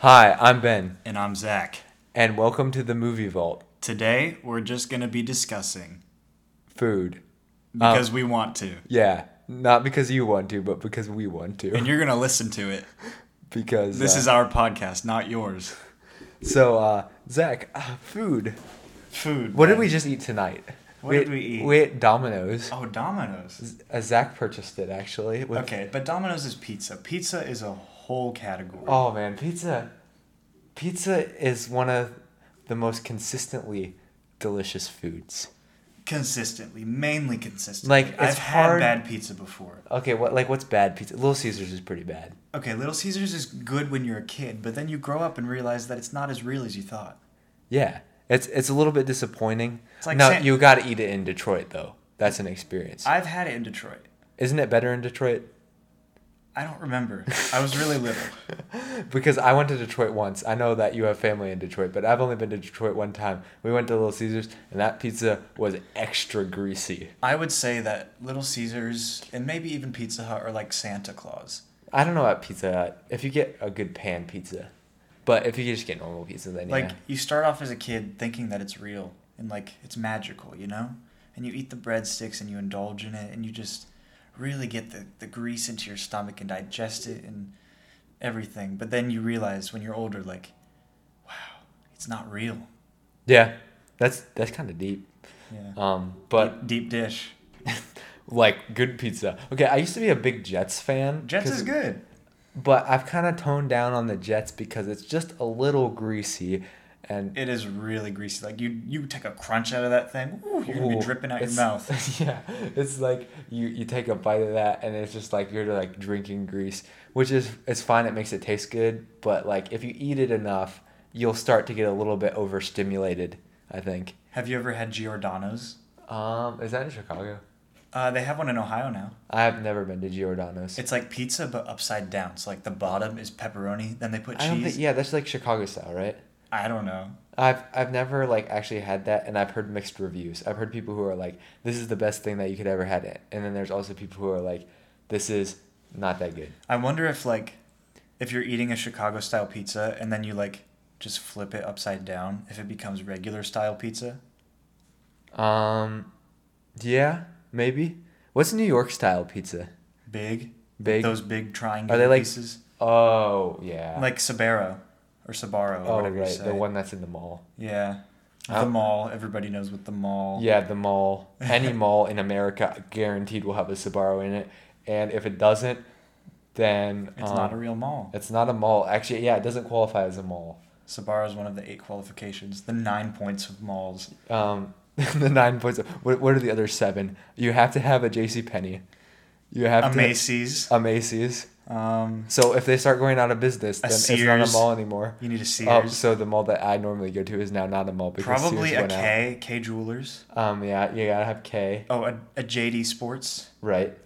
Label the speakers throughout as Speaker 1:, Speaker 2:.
Speaker 1: Hi, I'm Ben,
Speaker 2: And I'm Zach.
Speaker 1: and welcome to the Movie Vault.
Speaker 2: Today, we're just going to be discussing
Speaker 1: Food. Oh.
Speaker 2: because we want to.
Speaker 1: Yeah, not because you want to, but because we want
Speaker 2: And
Speaker 1: to.
Speaker 2: you're going to listen to it.
Speaker 1: Because
Speaker 2: This
Speaker 1: uh,
Speaker 2: is our podcast, not yours.
Speaker 1: so. Uh, Zach, uh, food.
Speaker 2: Food.
Speaker 1: What did
Speaker 2: man.
Speaker 1: we just eat tonight?
Speaker 2: What did we eat?
Speaker 1: We ate Domino's.
Speaker 2: Oh, Domino's.
Speaker 1: Uh, Zach purchased it actually. with-
Speaker 2: Okay, but Domino's is pizza. Pizza is a whole category.
Speaker 1: Oh man, pizza. Pizza is one of the most consistently delicious foods.
Speaker 2: Consistently, mainly consistently.
Speaker 1: Like, it's
Speaker 2: I've
Speaker 1: hard-
Speaker 2: had bad pizza before.
Speaker 1: Okay, what like what's bad pizza? Little Caesars is pretty bad.
Speaker 2: Okay, Little Caesars is good when you're a kid, but then you grow up and realize that it's not as real as you thought.
Speaker 1: Yeah, it's it's a little bit disappointing.
Speaker 2: It's like
Speaker 1: no,
Speaker 2: Sam-
Speaker 1: you got to eat it in Detroit though. That's an experience.
Speaker 2: I've had it in Detroit.
Speaker 1: Isn't it better in Detroit?
Speaker 2: I don't remember. I was really little.
Speaker 1: Because I went to Detroit once. I know that you have family in Detroit, but I've only been to Detroit one time. We went to Little Caesars, and that pizza was extra greasy.
Speaker 2: I would say that Little Caesars and maybe even Pizza Hut are like Santa Claus.
Speaker 1: I don't know about Pizza Hut. If you get a good pan pizza, but if you just get normal pizza, then
Speaker 2: Like
Speaker 1: yeah.
Speaker 2: you start off as a kid thinking that it's real and like it's magical, you know? And you eat the breadsticks and you indulge in it and you just really get the, the grease into your stomach and digest it and everything. But then you realize when you're older, like, wow, it's not real.
Speaker 1: Yeah, that's that's kind of deep.
Speaker 2: Yeah.
Speaker 1: Um, but
Speaker 2: deep, deep dish.
Speaker 1: like good pizza. Okay, I used to be a big Jets fan.
Speaker 2: Jets
Speaker 1: 'cause-
Speaker 2: is good.
Speaker 1: But I've kind of toned down on the Jets because it's just a little greasy, and
Speaker 2: It is really greasy. Like you you take a crunch out of that thing, ooh, you're gonna
Speaker 1: Ooh,
Speaker 2: be dripping out your
Speaker 1: it's-
Speaker 2: mouth.
Speaker 1: yeah, it's like you you take a bite of that and it's just like you're like drinking grease, which is it's fine. It makes it taste good, but like if you eat it enough, you'll start to get a little bit overstimulated. I think.
Speaker 2: Have you ever had Giordano's?
Speaker 1: Um, is that in Chicago?
Speaker 2: Uh, they have one in Ohio now.
Speaker 1: I have never been to Giordano's.
Speaker 2: It's like pizza but upside down. So like the bottom is pepperoni, then they put
Speaker 1: I don't
Speaker 2: cheese.
Speaker 1: think. Yeah, that's like Chicago style, right?
Speaker 2: I don't know.
Speaker 1: I've I've never like actually had that, and I've heard mixed reviews. I've heard people who are like, "This is the best thing that you could ever had," and then there's also people who are like, "This is not that good."
Speaker 2: I wonder if like if you're eating a Chicago style pizza and then you like just flip it upside down, if it becomes regular style pizza.
Speaker 1: Um, yeah, maybe. What's New York style pizza?
Speaker 2: Big.
Speaker 1: Big?
Speaker 2: Those big triangular
Speaker 1: like-
Speaker 2: pieces.
Speaker 1: Oh yeah.
Speaker 2: Like Sabaro or Sabaro or
Speaker 1: oh
Speaker 2: whatever you
Speaker 1: right,
Speaker 2: say.
Speaker 1: the one that's in the mall.
Speaker 2: Yeah. The
Speaker 1: Um,
Speaker 2: mall. Everybody knows what the mall.
Speaker 1: Yeah, the mall. Any mall in America guaranteed will have a Sbarro in it, and if it doesn't, then
Speaker 2: It's
Speaker 1: um,
Speaker 2: not a real mall.
Speaker 1: it's not a mall. Actually, yeah, it doesn't qualify as a mall.
Speaker 2: Sabaro is one of the eight qualifications, the nine points of malls.
Speaker 1: Um, the nine points. What, what are the other seven? You have to have a J.C. Penney. You have
Speaker 2: A
Speaker 1: to
Speaker 2: Macy's.
Speaker 1: a Macy's.
Speaker 2: Um,
Speaker 1: So if they start going out of business, then it's not a
Speaker 2: Sears.
Speaker 1: mall anymore.
Speaker 2: you need a Sears.
Speaker 1: Oh, so the mall that I normally go to is now not a mall because
Speaker 2: Probably
Speaker 1: Sears
Speaker 2: a
Speaker 1: went
Speaker 2: K, K Jewelers.
Speaker 1: out. Um, yeah, you gotta have K.
Speaker 2: Oh, a, a JD Sports.
Speaker 1: Right.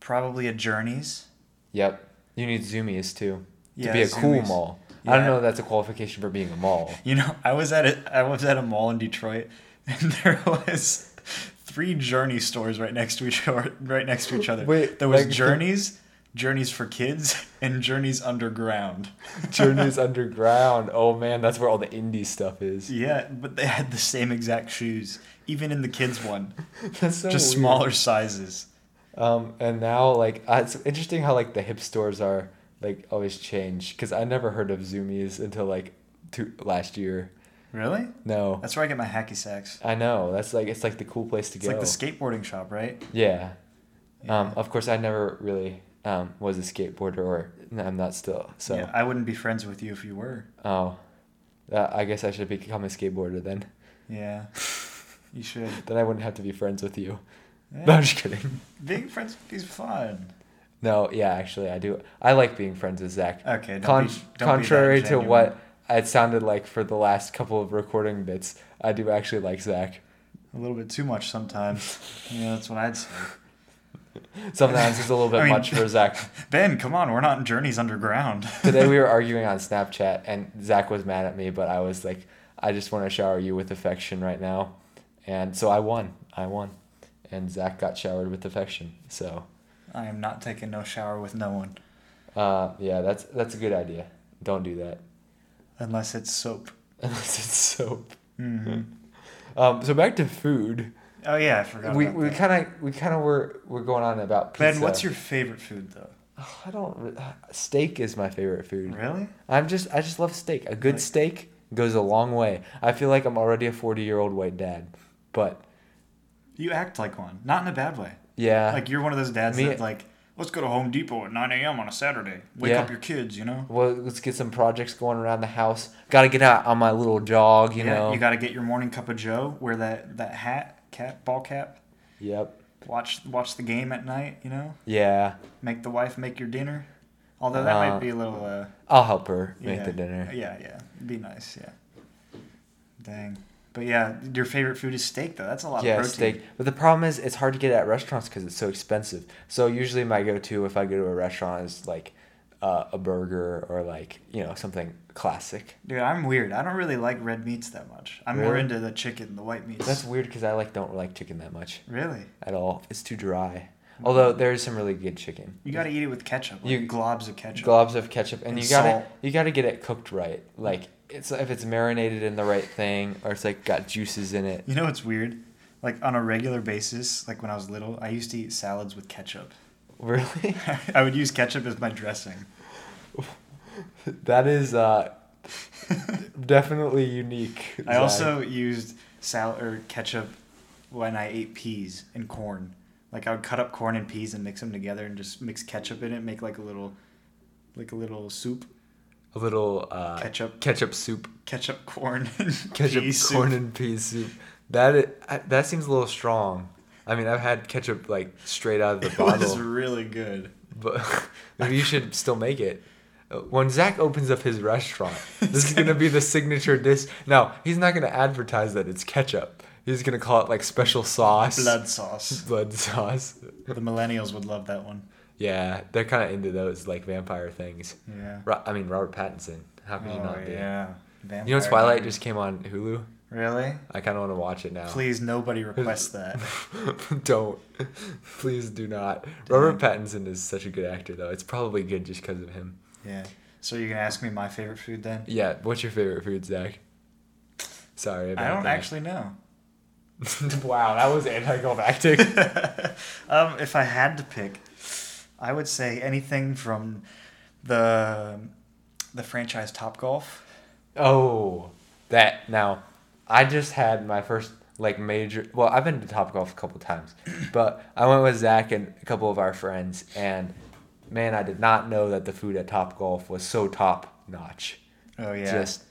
Speaker 2: Probably a Journeys.
Speaker 1: Yep. You need Zoomies too to
Speaker 2: Yeah,
Speaker 1: be a cool
Speaker 2: Zoomies.
Speaker 1: mall. I don't
Speaker 2: Yeah.
Speaker 1: know. If that's a qualification for being a mall.
Speaker 2: You know, I was at a I was at a mall in Detroit, and there was three Journey stores right next to each other. Right next to each other.
Speaker 1: Wait,
Speaker 2: there was
Speaker 1: like-
Speaker 2: Journeys, Journeys for kids, and Journeys underground.
Speaker 1: Journeys underground. Oh man, that's where all the indie stuff is.
Speaker 2: Yeah, but they had the same exact shoes, even in the kids one,
Speaker 1: That's so
Speaker 2: just
Speaker 1: weird.
Speaker 2: smaller sizes.
Speaker 1: Um, and now like uh, it's interesting how like the hip stores are like always change because I never heard of Zoomies until like two, last year.
Speaker 2: Really?
Speaker 1: No,
Speaker 2: That's where I get my hacky sacks.
Speaker 1: I know that's like it's like the cool place to
Speaker 2: It's
Speaker 1: go.
Speaker 2: like the skateboarding shop, right?
Speaker 1: yeah. Um,
Speaker 2: Yeah.
Speaker 1: of course, I never really um, was a skateboarder, or no, I'm not still. So
Speaker 2: Yeah, I wouldn't be friends with you if you were.
Speaker 1: oh, uh, I guess I should become a skateboarder then.
Speaker 2: Yeah, you should.
Speaker 1: Then I wouldn't have to be friends with you. No,
Speaker 2: Yeah.
Speaker 1: I'm just kidding.
Speaker 2: Being friends with you is fun.
Speaker 1: No, yeah, actually, I do. I like being friends with Zach.
Speaker 2: Okay, don't
Speaker 1: Con-
Speaker 2: be- don't be that
Speaker 1: contrary to
Speaker 2: genuine.
Speaker 1: what it sounded like for the last couple of recording bits, I do actually like Zach.
Speaker 2: A little bit too much sometimes. yeah, that's what I'd say.
Speaker 1: Sometimes it's a little bit
Speaker 2: I mean-
Speaker 1: much for Zach.
Speaker 2: Ben, come on, we're not in Journeys Underground.
Speaker 1: Today we were arguing on Snapchat, and Zach was mad at me, but I was like, I just want to shower you with affection right now. And so I won. I won. And Zach got showered with affection. So,
Speaker 2: I am not taking no shower with no one.
Speaker 1: uh, yeah, that's that's a good idea. Don't do that.
Speaker 2: Unless it's soap.
Speaker 1: unless it's soap.
Speaker 2: hmm
Speaker 1: Um, so back to food.
Speaker 2: Oh yeah, I forgot.
Speaker 1: We
Speaker 2: about
Speaker 1: we
Speaker 2: that.
Speaker 1: kind of we kind of were we're going on about pizza.
Speaker 2: Ben, what's your favorite food though?
Speaker 1: I don't. re- Steak is my favorite food.
Speaker 2: Really?
Speaker 1: I'm just I just love steak. A good
Speaker 2: Like-
Speaker 1: steak goes a long way. I feel like I'm already a 40 year old white dad, but
Speaker 2: You act like one, not in a bad way.
Speaker 1: yeah.
Speaker 2: Like you're one of those dads
Speaker 1: Uh, Me-
Speaker 2: that like, let's go to Home Depot at 9 a.m. on a Saturday. Wake
Speaker 1: Yeah.
Speaker 2: up your kids, you know.
Speaker 1: well, let's get some projects going around the house. Got to get out on my little jog, you
Speaker 2: yeah,
Speaker 1: know.
Speaker 2: you got to get your morning cup of Joe. Wear that that hat, cap, ball cap.
Speaker 1: yep.
Speaker 2: Watch watch the game at night, you know.
Speaker 1: Yeah.
Speaker 2: Make the wife make your dinner. Although that
Speaker 1: Uh,
Speaker 2: might be a little. Uh,
Speaker 1: I'll help her make
Speaker 2: yeah. Uh,
Speaker 1: the dinner.
Speaker 2: Yeah, yeah, be nice. Yeah. Dang. But yeah, your favorite food is steak though. That's a lot
Speaker 1: Yeah,
Speaker 2: of protein.
Speaker 1: steak. But the problem is, it's hard to get at restaurants because it's so expensive. So usually, my go-to if I go to a restaurant is like uh, a burger or like you know something classic.
Speaker 2: Dude, I'm weird. I don't really like red meats that much. I'm more
Speaker 1: Really?
Speaker 2: into the chicken, the white meats.
Speaker 1: That's weird because I like don't like chicken that much
Speaker 2: really.
Speaker 1: at all. It's too dry. Although there is some really good chicken.
Speaker 2: You gotta eat it with ketchup. Like
Speaker 1: You-
Speaker 2: globs of ketchup.
Speaker 1: Globs of ketchup, and,
Speaker 2: And
Speaker 1: you gotta
Speaker 2: salt.
Speaker 1: you gotta get it cooked right. Like it's if it's marinated in the right thing, or it's like got juices in it.
Speaker 2: You know what's weird? Like on a regular basis, like when I was little, I used to eat salads with ketchup.
Speaker 1: Really,
Speaker 2: I would use ketchup as my dressing.
Speaker 1: that is uh, definitely unique.
Speaker 2: I
Speaker 1: Zach.
Speaker 2: also used sal or ketchup when I ate peas and corn. Like I would cut up corn and peas and mix them together and just mix ketchup in it, make like a little, like a little soup.
Speaker 1: a little uh,
Speaker 2: Ketchup.
Speaker 1: ketchup soup
Speaker 2: Ketchup, corn, and
Speaker 1: ketchup
Speaker 2: pea soup.
Speaker 1: corn and pea soup. That i- I- that seems a little strong. I mean, I've had ketchup like straight out of the
Speaker 2: It was
Speaker 1: bottle,
Speaker 2: really good.
Speaker 1: but maybe you should still make it. Uh, When Zach opens up his restaurant, this is gonna be the signature dish. Now he's not gonna advertise that it's ketchup. He's gonna call it like special sauce,
Speaker 2: Blood sauce.
Speaker 1: blood sauce.
Speaker 2: The millennials would love that one.
Speaker 1: Yeah, they're kind of into those like vampire things.
Speaker 2: Yeah.
Speaker 1: Ro- I mean, Robert Pattinson. How could you
Speaker 2: Oh
Speaker 1: not be?
Speaker 2: yeah.
Speaker 1: You know,
Speaker 2: Vampire
Speaker 1: Twilight
Speaker 2: Diaries.
Speaker 1: just came on Hulu.
Speaker 2: Really?
Speaker 1: I kind of want to watch it now.
Speaker 2: Please, nobody request that.
Speaker 1: Don't. Please do not. Robert Pattinson is such a good actor, though. It's probably good just because of him.
Speaker 2: Yeah. So you're gonna ask me my favorite food then?
Speaker 1: Yeah, what's your favorite food, Zach? Sorry about
Speaker 2: I don't
Speaker 1: that.
Speaker 2: actually know.
Speaker 1: wow, that was anticlimactic.
Speaker 2: um, if I had to pick, I would say anything from the the franchise Top Golf.
Speaker 1: oh, that. Now, I just had my first, like, major. Well, I've been to Topgolf a couple times, but I went with Zach and a couple of our friends, and man, I did not know that the food at Topgolf was so top notch.
Speaker 2: Oh yeah.
Speaker 1: Just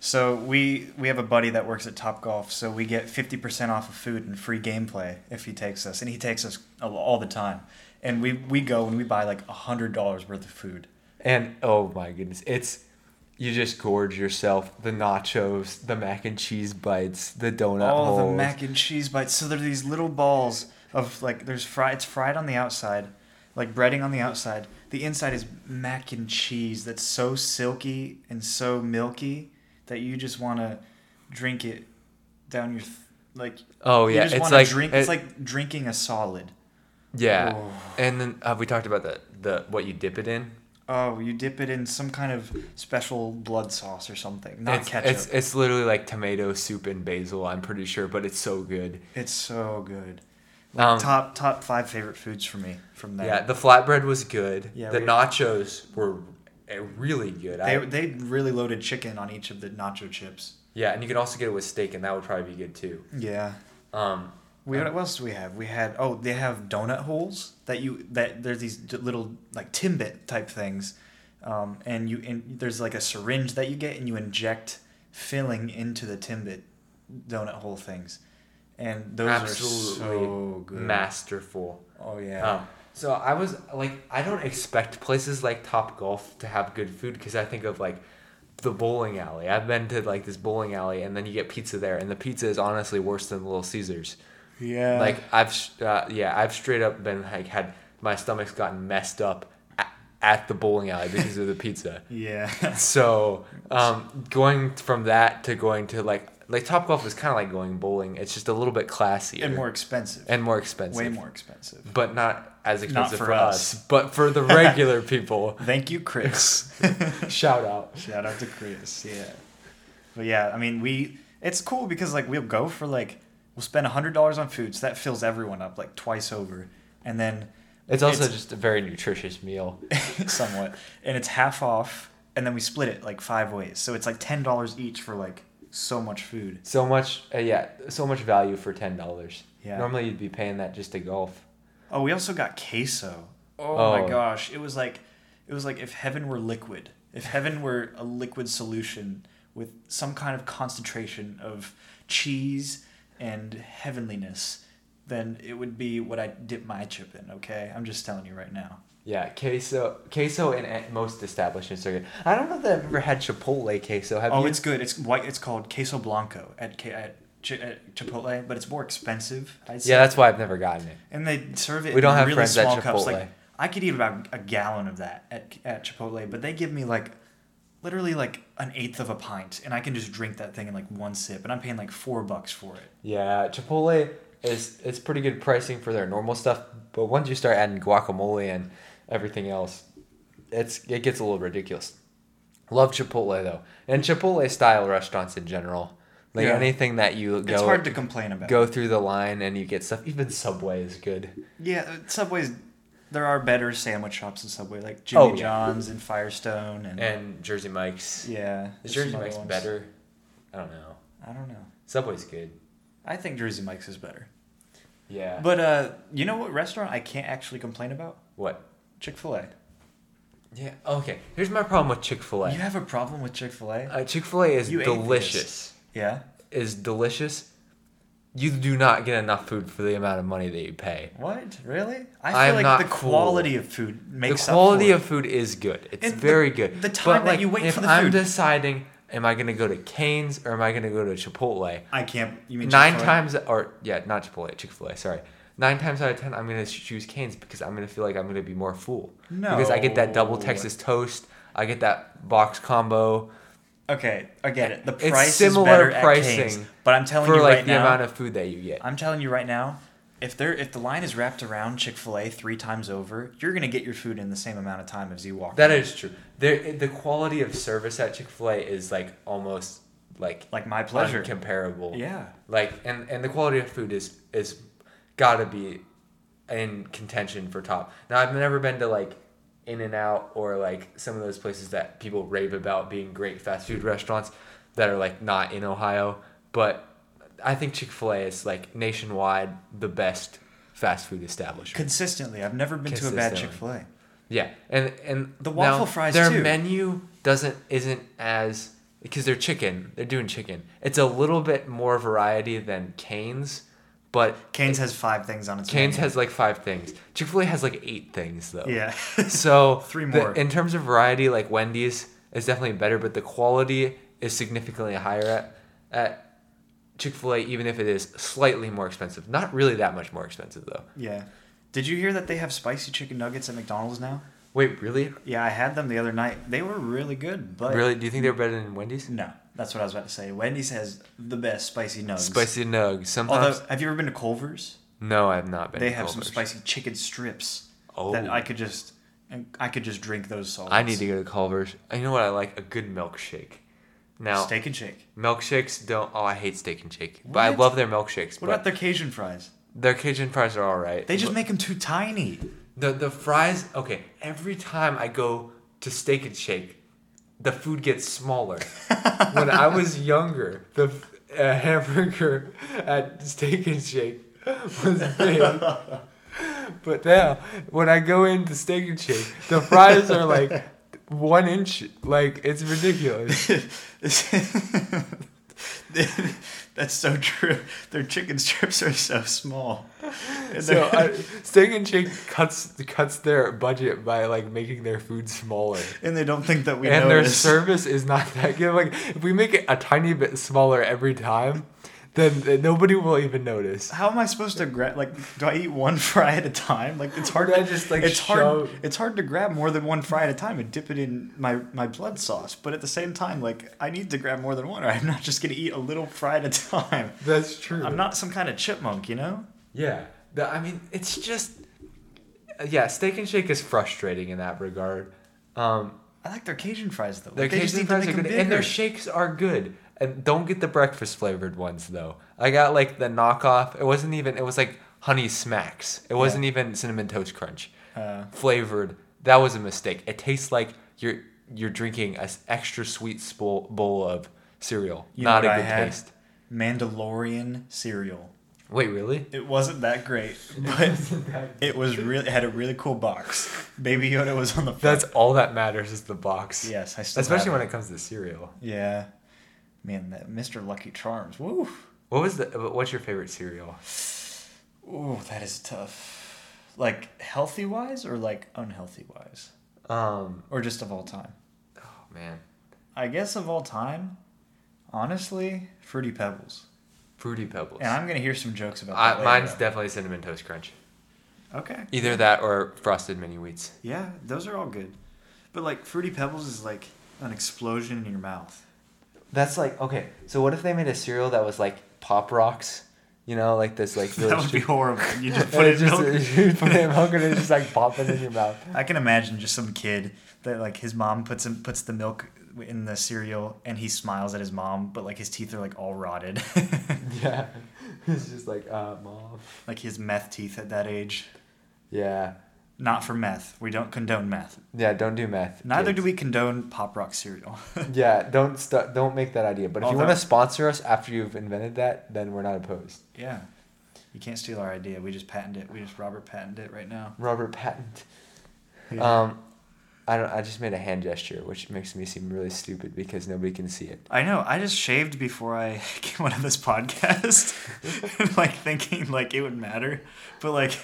Speaker 2: so we we have a buddy that works at Top Golf, so we get fifty percent off of food and free gameplay if he takes us, and he takes us all- all the time. And we we go and we buy like a hundred dollars worth of food.
Speaker 1: And oh my goodness, it's you just gorge yourself. The nachos, the mac and cheese bites, the donut
Speaker 2: all
Speaker 1: holes.
Speaker 2: the mac and cheese bites. So they're these little balls of like there's fried. It's fried on the outside, like breading on the outside. The inside is mac and cheese that's so silky and so milky that you just want to drink it down your th- like.
Speaker 1: oh yeah,
Speaker 2: you just
Speaker 1: it's
Speaker 2: wanna
Speaker 1: like
Speaker 2: drink.
Speaker 1: it-
Speaker 2: it's like drinking a solid.
Speaker 1: yeah.
Speaker 2: Oh.
Speaker 1: And then have we talked about the the what you dip it in?
Speaker 2: Oh, you dip it in some kind of special blood sauce or something. Not
Speaker 1: it's,
Speaker 2: ketchup.
Speaker 1: It's it's literally like tomato soup and basil. I'm pretty sure, but it's so good.
Speaker 2: it's so good.
Speaker 1: Um,
Speaker 2: top top five favorite foods for me from that.
Speaker 1: yeah, the flatbread was good.
Speaker 2: Yeah,
Speaker 1: the
Speaker 2: we-
Speaker 1: nachos were eh, really good.
Speaker 2: They,
Speaker 1: I,
Speaker 2: they really loaded chicken on each of the nacho chips.
Speaker 1: yeah, and you could also get it with steak, and that would probably be good too.
Speaker 2: Yeah.
Speaker 1: Um,
Speaker 2: We, what else do we have? We had oh they have donut holes that you that there's these d- little like Timbit type things, um, and you and there's like a syringe that you get and you inject filling into the Timbit donut hole things, and those
Speaker 1: absolutely
Speaker 2: are so good.
Speaker 1: masterful.
Speaker 2: oh yeah.
Speaker 1: Um, so I was like, I don't expect places like Top Golf to have good food because I think of like the bowling alley. I've been to like this bowling alley, and then you get pizza there, and the pizza is honestly worse than Little Caesars.
Speaker 2: Yeah.
Speaker 1: Like I've s- uh, yeah, I've straight up been like had my stomach's gotten messed up at, at the bowling alley because of the pizza.
Speaker 2: yeah.
Speaker 1: So um, going from that to going to like like Top Golf is kind of like going bowling. It's just a little bit classier
Speaker 2: and more expensive.
Speaker 1: and more expensive
Speaker 2: Way more expensive.
Speaker 1: but not as expensive
Speaker 2: for
Speaker 1: for us.
Speaker 2: us.
Speaker 1: but for the regular people.
Speaker 2: Thank you, Chris.
Speaker 1: Shout out.
Speaker 2: Shout out to Chris. Yeah. But yeah, I mean, we it's cool because like we'll go for like we'll spend hundred dollars on food, so that fills everyone up like twice over, and then
Speaker 1: It's also just a very nutritious meal.
Speaker 2: somewhat, and it's half off, and then we split it like five ways, so it's like ten dollars each for like so much food.
Speaker 1: So much, uh, yeah, so much value for ten dollars.
Speaker 2: Yeah.
Speaker 1: Normally you'd be paying that just to golf.
Speaker 2: Oh, we also got queso. Oh,
Speaker 1: Oh.
Speaker 2: my gosh, it was like it was like if heaven were liquid. If heaven were a liquid solution with some kind of concentration of cheese and heavenliness, then it would be what I dip my chip in, okay? I'm just telling you right now.
Speaker 1: Yeah, queso, queso, in a- most establishments are good. I don't know that I've ever had Chipotle queso. Have
Speaker 2: oh,
Speaker 1: you?
Speaker 2: it's good. It's white. It's called queso blanco at, K- at, Ch- at Chipotle, but it's more expensive. I'd say.
Speaker 1: yeah, that's why I've never gotten it.
Speaker 2: And they serve it
Speaker 1: We don't
Speaker 2: in
Speaker 1: have
Speaker 2: really
Speaker 1: friends at
Speaker 2: small cups. Like
Speaker 1: Chipotle.
Speaker 2: I could eat about a gallon of that at, at Chipotle, but they give me like literally like an eighth of a pint, and I can just drink that thing in like one sip, and I'm paying like four bucks for it.
Speaker 1: Yeah, Chipotle is it's pretty good pricing for their normal stuff, but once you start adding guacamole and everything else, it's it gets a little ridiculous. Love Chipotle though, and Chipotle style restaurants in general. Like
Speaker 2: Yeah.
Speaker 1: anything that you go
Speaker 2: it's hard to complain about.
Speaker 1: go through the line and you get stuff. Even Subway is good.
Speaker 2: Yeah, uh, Subway's. There are better sandwich shops in Subway, like Jimmy
Speaker 1: Oh, yeah.
Speaker 2: John's and Firestone, and,
Speaker 1: And Jersey Mike's.
Speaker 2: yeah,
Speaker 1: Is
Speaker 2: there's
Speaker 1: Jersey
Speaker 2: some other
Speaker 1: Mike's
Speaker 2: ones.
Speaker 1: better? I don't know.
Speaker 2: I don't know.
Speaker 1: Subway's good.
Speaker 2: I think Jersey Mike's is better.
Speaker 1: Yeah.
Speaker 2: But uh, you know what restaurant I can't actually complain about?
Speaker 1: what?
Speaker 2: Chick Fil A.
Speaker 1: Yeah. Okay. Here's my problem with Chick Fil
Speaker 2: You
Speaker 1: A.
Speaker 2: have a problem with Chick Fil A?
Speaker 1: Uh, Chick Fil A is
Speaker 2: You atheist.
Speaker 1: delicious.
Speaker 2: Yeah.
Speaker 1: Is delicious. You do not get enough food for the amount of money that you pay.
Speaker 2: What? Really? I
Speaker 1: I am
Speaker 2: feel like
Speaker 1: not
Speaker 2: the
Speaker 1: cool.
Speaker 2: quality of food makes
Speaker 1: the quality
Speaker 2: up
Speaker 1: of food is good. It's
Speaker 2: And the-
Speaker 1: very good.
Speaker 2: the time
Speaker 1: but,
Speaker 2: that
Speaker 1: like,
Speaker 2: you wait
Speaker 1: if
Speaker 2: for the
Speaker 1: I'm
Speaker 2: food.
Speaker 1: deciding, am I gonna go to Canes or am I gonna go to Chipotle?
Speaker 2: I can't. You mean
Speaker 1: nine
Speaker 2: Chick-fil-A?
Speaker 1: times or yeah not chipotle chick-fil-a sorry nine times out of ten i'm gonna sh- choose canes because i'm gonna feel like i'm gonna be more full because i get that double
Speaker 2: No.
Speaker 1: texas toast i get that box combo
Speaker 2: Okay, I get it. The
Speaker 1: It's
Speaker 2: price
Speaker 1: similar
Speaker 2: is better
Speaker 1: pricing
Speaker 2: at Cane's, but I'm telling
Speaker 1: for
Speaker 2: you
Speaker 1: like
Speaker 2: right
Speaker 1: the
Speaker 2: now.
Speaker 1: amount of food that you get
Speaker 2: I'm telling you right now, if there if the line is wrapped around Chick Fil A three times over, you're gonna get your food in the same amount of time as you walk.
Speaker 1: that
Speaker 2: in.
Speaker 1: is true there, the quality of service at chick-fil-a is like almost like
Speaker 2: like my pleasure.
Speaker 1: comparable
Speaker 2: Yeah.
Speaker 1: like and and the quality of food is is gotta be in contention for top now i've never been to like in and out or like some of those places that people rave about being great fast food restaurants that are like not in ohio but i think chick-fil-a is like nationwide the best fast food establishment
Speaker 2: Consistently, I've never been to a bad Chick Fil
Speaker 1: Consistently.
Speaker 2: A.
Speaker 1: yeah and and
Speaker 2: The waffle fries,
Speaker 1: their
Speaker 2: too.
Speaker 1: menu doesn't isn't as because they're chicken they're doing chicken it's a little bit more variety than canes but
Speaker 2: Cane's has five things on its.
Speaker 1: Canes
Speaker 2: menu.
Speaker 1: has like five things. Chick Fil A has like eight things though.
Speaker 2: Yeah.
Speaker 1: So
Speaker 2: Three
Speaker 1: the-
Speaker 2: more.
Speaker 1: in terms of variety, like Wendy's is definitely better, but the quality is significantly higher at at Chick Fil A, even if it is slightly more expensive. Not really that much more expensive though.
Speaker 2: yeah. Did you hear that they have spicy chicken nuggets at McDonald's now?
Speaker 1: Wait, really?
Speaker 2: Yeah, I had them the other night. They were really good, but
Speaker 1: Really? Do you think they're better than Wendy's?
Speaker 2: No, that's what I was about to say. Wendy's has the best spicy nugs.
Speaker 1: Spicy nugs. Sometimes.
Speaker 2: Although, have you ever been to Culver's?
Speaker 1: no, I've not been.
Speaker 2: They
Speaker 1: to
Speaker 2: have some
Speaker 1: Culver's.
Speaker 2: spicy chicken strips
Speaker 1: Oh.
Speaker 2: that I could just, I could just drink those salts.
Speaker 1: I need to go to Culver's. You know what I like? A good milkshake. Now
Speaker 2: steak and shake.
Speaker 1: milkshakes don't. Oh, I hate steak and shake, but I
Speaker 2: What?
Speaker 1: love their milkshakes. but
Speaker 2: What about their Cajun fries?
Speaker 1: Their Cajun fries are all right.
Speaker 2: They just
Speaker 1: But
Speaker 2: make them too tiny.
Speaker 1: the the fries. Okay, every time I go to Steak and Shake, the food gets smaller. when I was younger, the f- uh, hamburger at Steak and Shake was big. But now, when I go into Steak and Shake, the fries are like one inch. Like it's ridiculous.
Speaker 2: That's so true. Their chicken strips are so small. And
Speaker 1: So
Speaker 2: they're-
Speaker 1: uh, Steak and Shake cuts cuts their budget by like making their food smaller.
Speaker 2: and they don't think that we
Speaker 1: and their
Speaker 2: notice.
Speaker 1: service is not that good. Like if we make it a tiny bit smaller every time, then, then nobody will even notice.
Speaker 2: How am I supposed to grab? Like, do I eat one fry at a time? Like, it's hard.
Speaker 1: Or do
Speaker 2: To,
Speaker 1: I just, like,
Speaker 2: it's hard.
Speaker 1: shove-
Speaker 2: It's hard to grab more than one fry at a time and dip it in my my blood sauce. But at the same time, like, I need to grab more than one, or I'm not just gonna eat a little fry at a time.
Speaker 1: That's true.
Speaker 2: I'm not some kind of chipmunk, you know.
Speaker 1: Yeah, The- I mean, it's just yeah, Steak and Shake is frustrating in that regard. Um,
Speaker 2: I like their Cajun fries though.
Speaker 1: their
Speaker 2: Like, they just
Speaker 1: Cajun
Speaker 2: need
Speaker 1: fries
Speaker 2: to
Speaker 1: are
Speaker 2: make 'em
Speaker 1: good, and their
Speaker 2: bigger.
Speaker 1: shakes are good. And don't get the breakfast flavored ones though. I got like the knockoff. It wasn't even. It was like Honey Smacks. It wasn't even Cinnamon Toast Crunch
Speaker 2: Uh,
Speaker 1: flavored. That was a mistake. It tastes like you're you're drinking an extra sweet spool, bowl of cereal.
Speaker 2: you know
Speaker 1: Not a
Speaker 2: what I
Speaker 1: good
Speaker 2: had?
Speaker 1: taste.
Speaker 2: Mandalorian cereal.
Speaker 1: Wait, really?
Speaker 2: It wasn't that great, but it was really it had a really cool box. Baby Yoda was on the front.
Speaker 1: That's all that matters is the box.
Speaker 2: yes, I still
Speaker 1: Especially
Speaker 2: have
Speaker 1: when it comes to cereal.
Speaker 2: it. yeah. Man, that Mr. Lucky Charms. Woo.
Speaker 1: What was the? What's your favorite cereal?
Speaker 2: Ooh, that is tough. Like healthy wise or like unhealthy wise,
Speaker 1: Um.
Speaker 2: or just of all time.
Speaker 1: Oh man,
Speaker 2: I guess of all time, honestly, Fruity Pebbles.
Speaker 1: Fruity Pebbles.
Speaker 2: And I'm gonna hear some jokes about that.
Speaker 1: I,
Speaker 2: later.
Speaker 1: mine's definitely cinnamon toast crunch.
Speaker 2: okay.
Speaker 1: Either that or frosted mini wheats.
Speaker 2: Yeah, those are all good, but like Fruity Pebbles is like an explosion in your mouth.
Speaker 1: That's like okay. So what if they made a cereal that was like Pop Rocks? You know, like this like
Speaker 2: that would be horrible. You just put
Speaker 1: And
Speaker 2: it
Speaker 1: it's
Speaker 2: in
Speaker 1: just-
Speaker 2: milk.
Speaker 1: you put it in milk and it's just like popping in your mouth.
Speaker 2: I can imagine just some kid that like his mom puts him puts the milk in the cereal and he smiles at his mom, but like his teeth are like all rotted,
Speaker 1: Yeah, it's just like uh, mom.
Speaker 2: like his meth teeth at that age.
Speaker 1: Yeah,
Speaker 2: Not for meth. We don't condone meth.
Speaker 1: yeah. Don't do meth.
Speaker 2: Neither
Speaker 1: kids.
Speaker 2: do we condone Pop Rock cereal.
Speaker 1: Yeah, don't st- don't make that idea. But if you
Speaker 2: Although-
Speaker 1: want to sponsor us after you've invented that, then we're not opposed.
Speaker 2: yeah, you can't steal our idea. We just patent it. We just Robert patented it right now.
Speaker 1: Robert Patent.
Speaker 2: Yeah.
Speaker 1: Um, I don't. I just made a hand gesture, which makes me seem really stupid because nobody can see it.
Speaker 2: I know. I just shaved before I came on this podcast, like thinking like it would matter, but like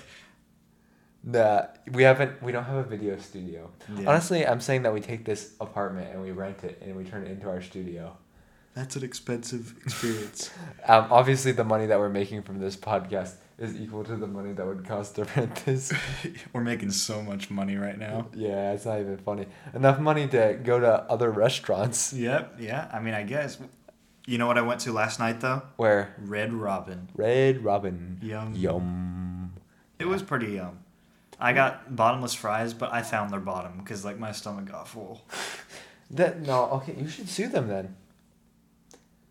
Speaker 1: The we haven't. We don't have a video studio.
Speaker 2: Yeah.
Speaker 1: Honestly, I'm saying that we take this apartment and we rent it and we turn it into our studio.
Speaker 2: that's an expensive experience.
Speaker 1: Um, obviously, the money that we're making from this podcast is equal to the money that would cost to rent this.
Speaker 2: We're making so much money right now.
Speaker 1: Yeah, it's not even funny. Enough money to go to other restaurants.
Speaker 2: Yep. Yeah. I mean, I guess. You know what I went to last night though?
Speaker 1: Where
Speaker 2: Red Robin.
Speaker 1: Red Robin.
Speaker 2: Yum.
Speaker 1: Yum.
Speaker 2: It was pretty yum. I got bottomless fries, but I found their bottom because like my stomach got full.
Speaker 1: That no. Okay, you should sue them then.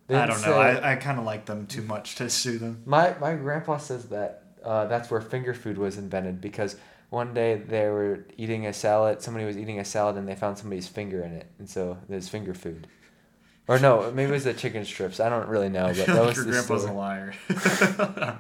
Speaker 1: They
Speaker 2: I
Speaker 1: didn't
Speaker 2: don't know.
Speaker 1: say-
Speaker 2: I, I kind of like them too much to sue them.
Speaker 1: My my grandpa says that uh, that's where finger food was invented because one day they were eating a salad. Somebody was eating a salad and they found somebody's finger in it, and so there's finger food. Or no, maybe it was the chicken strips. I don't really know,
Speaker 2: I
Speaker 1: but
Speaker 2: feel
Speaker 1: Oh, that
Speaker 2: like
Speaker 1: was
Speaker 2: your
Speaker 1: the
Speaker 2: grandpa's
Speaker 1: story.
Speaker 2: a liar.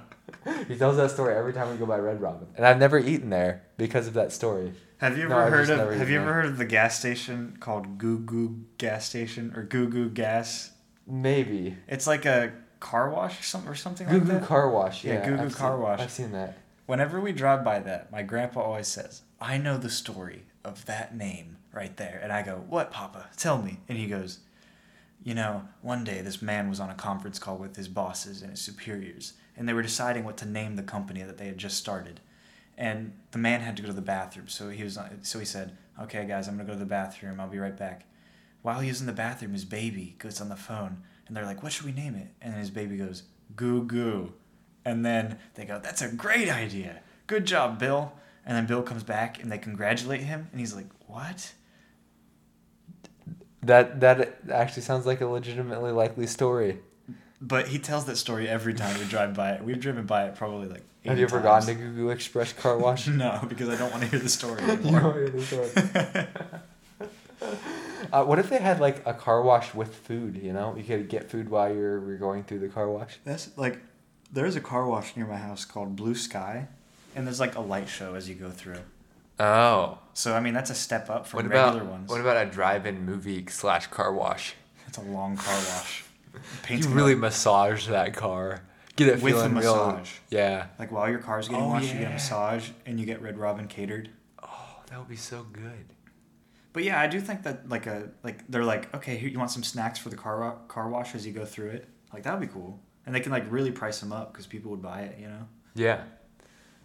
Speaker 1: He tells that story every time we go by Red Robin, and I've never eaten there because of that story.
Speaker 2: Have you ever
Speaker 1: No, I've
Speaker 2: heard
Speaker 1: just
Speaker 2: of
Speaker 1: never
Speaker 2: Have
Speaker 1: eaten
Speaker 2: you ever
Speaker 1: there.
Speaker 2: heard of the gas station called Goo Goo Gas Station or Goo Goo Gas?
Speaker 1: Maybe
Speaker 2: It's like a car wash or something or something
Speaker 1: Goo
Speaker 2: like
Speaker 1: Goo
Speaker 2: that.
Speaker 1: Car Wash.
Speaker 2: Yeah,
Speaker 1: Yeah,
Speaker 2: Goo Goo
Speaker 1: I've
Speaker 2: Car
Speaker 1: seen-
Speaker 2: Wash.
Speaker 1: I've seen that.
Speaker 2: Whenever we drive by that, my grandpa always says, "I know the story of that name right there," and I go, "What, Papa? Tell me." And he goes, "You know, one day this man was on a conference call with his bosses and his superiors, and they were deciding what to name the company that they had just started." And the man had to go to the bathroom, so he was so he said, "Okay, guys, I'm gonna go to the bathroom. I'll be right back." While he was in the bathroom, his baby goes on the phone, and they're like, "What should we name it?" And his baby goes, "Goo Goo," and then they go, "That's a great idea. Good job, Bill." And then Bill comes back, and they congratulate him, and he's like, "What?"
Speaker 1: That that actually sounds like a legitimately likely story.
Speaker 2: But he tells that story every time we drive by it. We've driven by it probably like.
Speaker 1: Have
Speaker 2: 80
Speaker 1: you ever
Speaker 2: times.
Speaker 1: gone to Goo Goo Express Car Wash?
Speaker 2: No, because I don't want to hear the story
Speaker 1: You
Speaker 2: anymore.
Speaker 1: don't hear the story. uh, what if they had like a car wash with food? You know, you could get food while you're, you're going through the car wash.
Speaker 2: That's like there's a car wash near my house called Blue Sky, and there's like a light show as you go through.
Speaker 1: Oh,
Speaker 2: So I mean that's a step up from
Speaker 1: what
Speaker 2: regular
Speaker 1: about
Speaker 2: ones.
Speaker 1: what about a drive-in movie slash car wash?
Speaker 2: It's a long car wash. Paint's
Speaker 1: You
Speaker 2: gonna-
Speaker 1: really massage that car, get it
Speaker 2: With a
Speaker 1: feeling real.
Speaker 2: massage.
Speaker 1: Yeah.
Speaker 2: like while your car's getting
Speaker 1: Oh,
Speaker 2: washed, you get a
Speaker 1: yeah.
Speaker 2: massage and you get Red Robin catered.
Speaker 1: Oh, that would be so good.
Speaker 2: But yeah, I do think that like a like they're like okay, here you want some snacks for the car wa- car wash as you go through it. Like that would be cool, and they can like really price them up because people would buy it. You know,
Speaker 1: Yeah.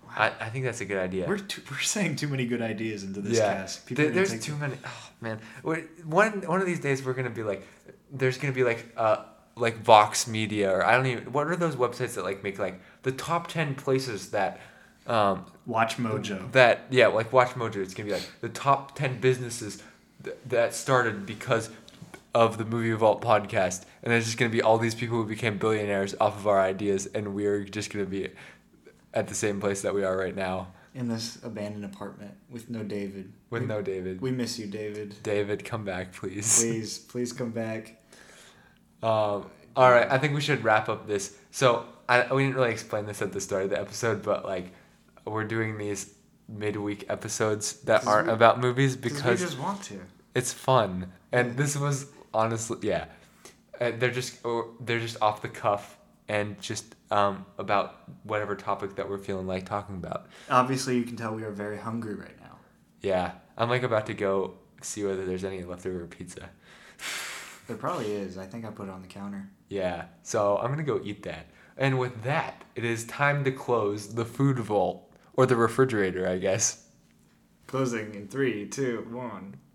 Speaker 2: Wow.
Speaker 1: I, I think that's a good idea.
Speaker 2: we're too, we're saying too many good ideas into this cast. People
Speaker 1: There-
Speaker 2: are gonna
Speaker 1: there's
Speaker 2: take-
Speaker 1: too many. Oh man, We're- one one of these days we're gonna be like, there's gonna be like uh like Vox Media or I don't even. What are those websites that like make like the top ten places that Um,
Speaker 3: Watch Mojo.
Speaker 1: that yeah, like Watch Mojo. It's gonna be like the top ten businesses th- that started because of the Movie Vault podcast, and it's just gonna be all these people who became billionaires off of our ideas, and we're just gonna be at the same place that we are right now
Speaker 2: in this abandoned apartment with no David.
Speaker 1: with
Speaker 2: we,
Speaker 1: no David.
Speaker 2: We miss you, David.
Speaker 1: David, come back, please.
Speaker 2: Please, please come back.
Speaker 1: Um, all right, I think we should wrap up this. So I we didn't really explain this at the start of the episode, but like we're doing these midweek episodes that
Speaker 3: 'Cause
Speaker 1: aren't
Speaker 3: we-
Speaker 1: about movies because
Speaker 3: we just want to.
Speaker 1: it's fun. And this was honestly, yeah, Uh, they're just or they're just off the cuff and just um, about whatever topic that we're feeling like talking about.
Speaker 3: Obviously, you can tell we are very hungry right now.
Speaker 1: Yeah, I'm like about to go see whether there's any leftover pizza.
Speaker 3: There probably is. I think I put it on the counter.
Speaker 1: Yeah, so I'm gonna go eat that. And with that, it is time to close the food vault or the refrigerator, I guess.
Speaker 3: Closing in three, two, one.